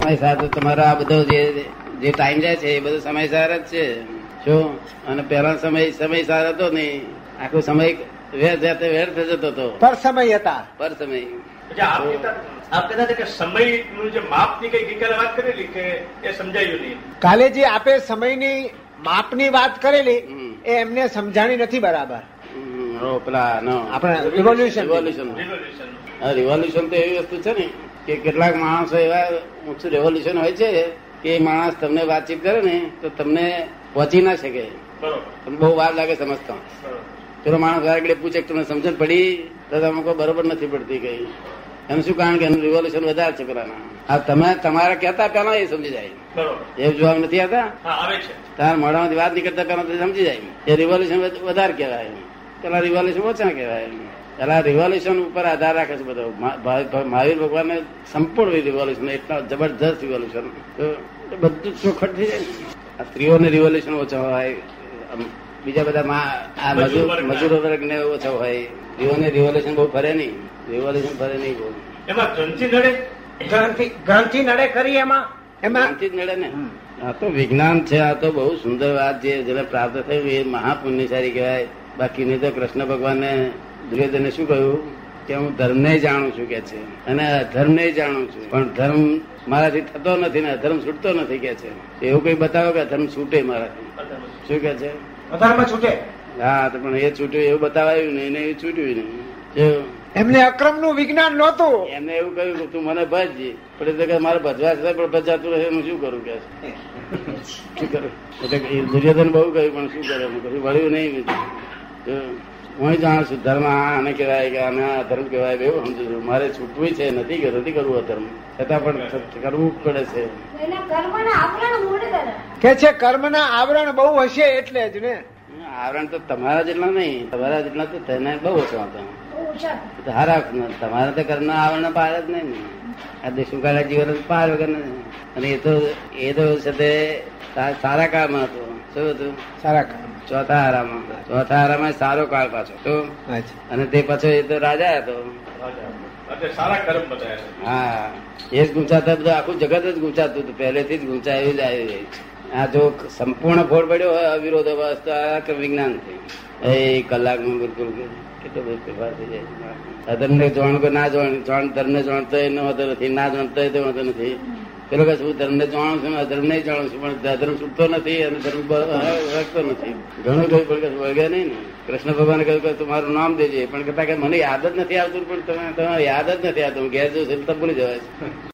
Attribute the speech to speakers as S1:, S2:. S1: સમયસર તો તમારો આ બધો જે જે ટાઈમ જાય છે એ બધો સમયસર જ છે શું અને પહેલા સમય સમયસર હતો નહીં આખો સમય વ્યર્થ જાતે વ્યર્થ જતો હતો
S2: પર સમય હતા
S1: પર સમય
S3: એટલે આપ કહેતા- આપ કહેતા હતા કે સમયનું જે માપ ની કઈ ગઈકાલે વાત કરેલી કે એ સમજાયું નહીં
S2: કાલે જે આપે સમયની માપની વાત કરેલી
S1: હમ.
S2: એ એમને સમજાણી નથી બરાબર
S1: હમ, હો, પેલા નો
S2: આપણે revolution.
S1: Revolution.
S3: રિઝોલ્યુશન
S1: આ રિવોલ્યુશન તો એવી વસ્તુ છે ને કે કેટલાક માણસો એવા ઊંચું રેવોલ્યુશન હોય છે કે એ માણસ તમને વાતચીત કરે ને તો તમને પહોંચી ના શકે
S3: બરોબર
S1: તમને બહુ વાર લાગે સમજતા
S3: બરોબર
S1: પેલો માણસ વાર એટલે પૂછે કે તમને સમજણ પડી તો તમે કહો બરોબર નથી પડતી કઈ એનું શું કારણ કે એનું રિવોલ્યુશન વધારે છે પેલાના આ તમે તમારા કહેતા પહેલા એ સમજી જાય
S3: બરોબર
S1: એવું જવાબ નથી આવતા
S3: હા આવે છે
S1: તાર મોઢામાંથી વાત નીકળતા પહેલા તો સમજી જાય એ રિવોલ્યુશન વધારે કહેવાય પેલા રિવોલ્યુશન ઓછા કહેવાય પેલા રિવોલ્યુશન ઉપર આધાર રાખે છે બધો મા- ભા- મહાવીર ભગવાનને સંપૂર્ણ રિવોલ્યુશન એટલા જબરજસ્ત રિવોલ્યુશન તો એટલે બધું જ ચોખટ થઈ જાય ને. આ સ્ત્રીઓને રિવોલ્યુશન ઓછા હોય આમ બીજા બધા મા- આ
S3: મજૂર
S1: મજૂર
S3: વર્ગના.
S1: મજૂરો વર્ગને ઓછા હોય સ્ત્રીઓને રિવોલ્યુશન બહુ ફરે નહીં રિવોલ્યુશન ફરે નહીં બહુ
S3: એમાં ગ્રંથિ નડે
S2: ગ્રંથિ ગ્રંથિ નડે ખરી એમાં એમાં
S1: શાંતિ જ મળે ને
S2: હમ.
S1: આ તો વિજ્ઞાન છે આ તો બહુ સુંદર વાત છે જેને પ્રાપ્ત થયું એ મહાપુણ્યશાળી કહેવાય બાકી નહીં તો કૃષ્ણ ભગવાને દુર્યોધને શું કહ્યું કે હું ધર્મને જાણું છું કે છે અને અધર્મને જાણું છું પણ ધર્મ મારાથી થતો નથી ને અધર્મ છૂટતો નથી કે છે એવું કઈ બતાવો કે અધર્મ છૂટે મારાથી શું કે છે
S2: વધારમાં છૂટે
S1: હા તો પણ એ છૂટ્યું એવું બતાવાયું નહીં ને એ છૂટ્યું નહીં જો
S2: એમને અક્રમનું વિજ્ઞાન નહોતું
S1: એમને એવું કહ્યું કે તું મને ભજ પણ એ તો કે મારે ભજવા છે પણ ભજાતું રહે હું શું કરું કે છે. શું કરું એટલે કે એ દુર્યોધન બહુ કહ્યું પણ શું કરે હું કશું વળ્યું નહીં બીજું. તો હું જાણું છું ધર્મ આ આને કહેવાય કે આને આ ધર્મ કહેવાય એવું સમજુ છું મારે છૂટવું છે નથી કે નથી કરવું અધર્મ છતાં પણ થ- કરવું જ પડે છે
S4: એના કર્મના આવરણ મૂળ
S2: કે છે કર્મના આવરણ બહુ હશે એટલે જ ને
S1: આવરણ તો તમારા જેટલા નહીં તમારા જેટલા તો તેને બહુ ઓછા હતા
S4: ઓછા
S1: તો હારા તમારે તો ઘરના આવરણ પાર જ નહીં ને. આ દેશુકાળા જીવન જ પાર વગર નહીં. અને એ તો એ તો સાથે સા- સારા કાળમાં હતો શું હતું
S2: સારા કામ
S1: ચોથા હારામાં ચોથા હારામાં સારો કાળ પાછો તો
S2: અચ્છા.
S1: અને તે પાછો એ તો રાજા હતો
S3: એટલે સારા કર્મ બતાવ્યા છે
S1: હા એ જ ગુંચાતા બધું આખું જગત જ ગુંચાતું હતું પહેલેથી જ ગુંચાયું જ આવ્યું છે. આ જો સંપૂર્ણ ફોડ પડ્યો હોય અવિરોધ અવસ્થા કે વિજ્ઞાનથી એ કલાકમાં બિલકુલ કેટલો બધો ફેરફાર થઈ જાય છે. અધર્મને જાણ કે ના જાણ જાણ ધર્મને જાણતો એનો વાંધો નથી ના જાણતો એ તો વાંધો નથી પેલો કે હું ધર્મને જાણું છું અધર્મ નહીં જાણું છું પણ અધર્મ છૂટતો નથી અને ધર્મ બ- રાખતો નથી ઘણું કહ્યું પણ કશું વળગે નહીં ને કૃષ્ણ ભગવાને કહ્યું કે તું મારું નામ દેજે પણ કહેતા કે મને યાદ જ નથી આવતું પણ તમે તમે યાદ જ નથી આવતું હું ઘેર જઉં છું એટલે તમે ભૂલી જવાય છે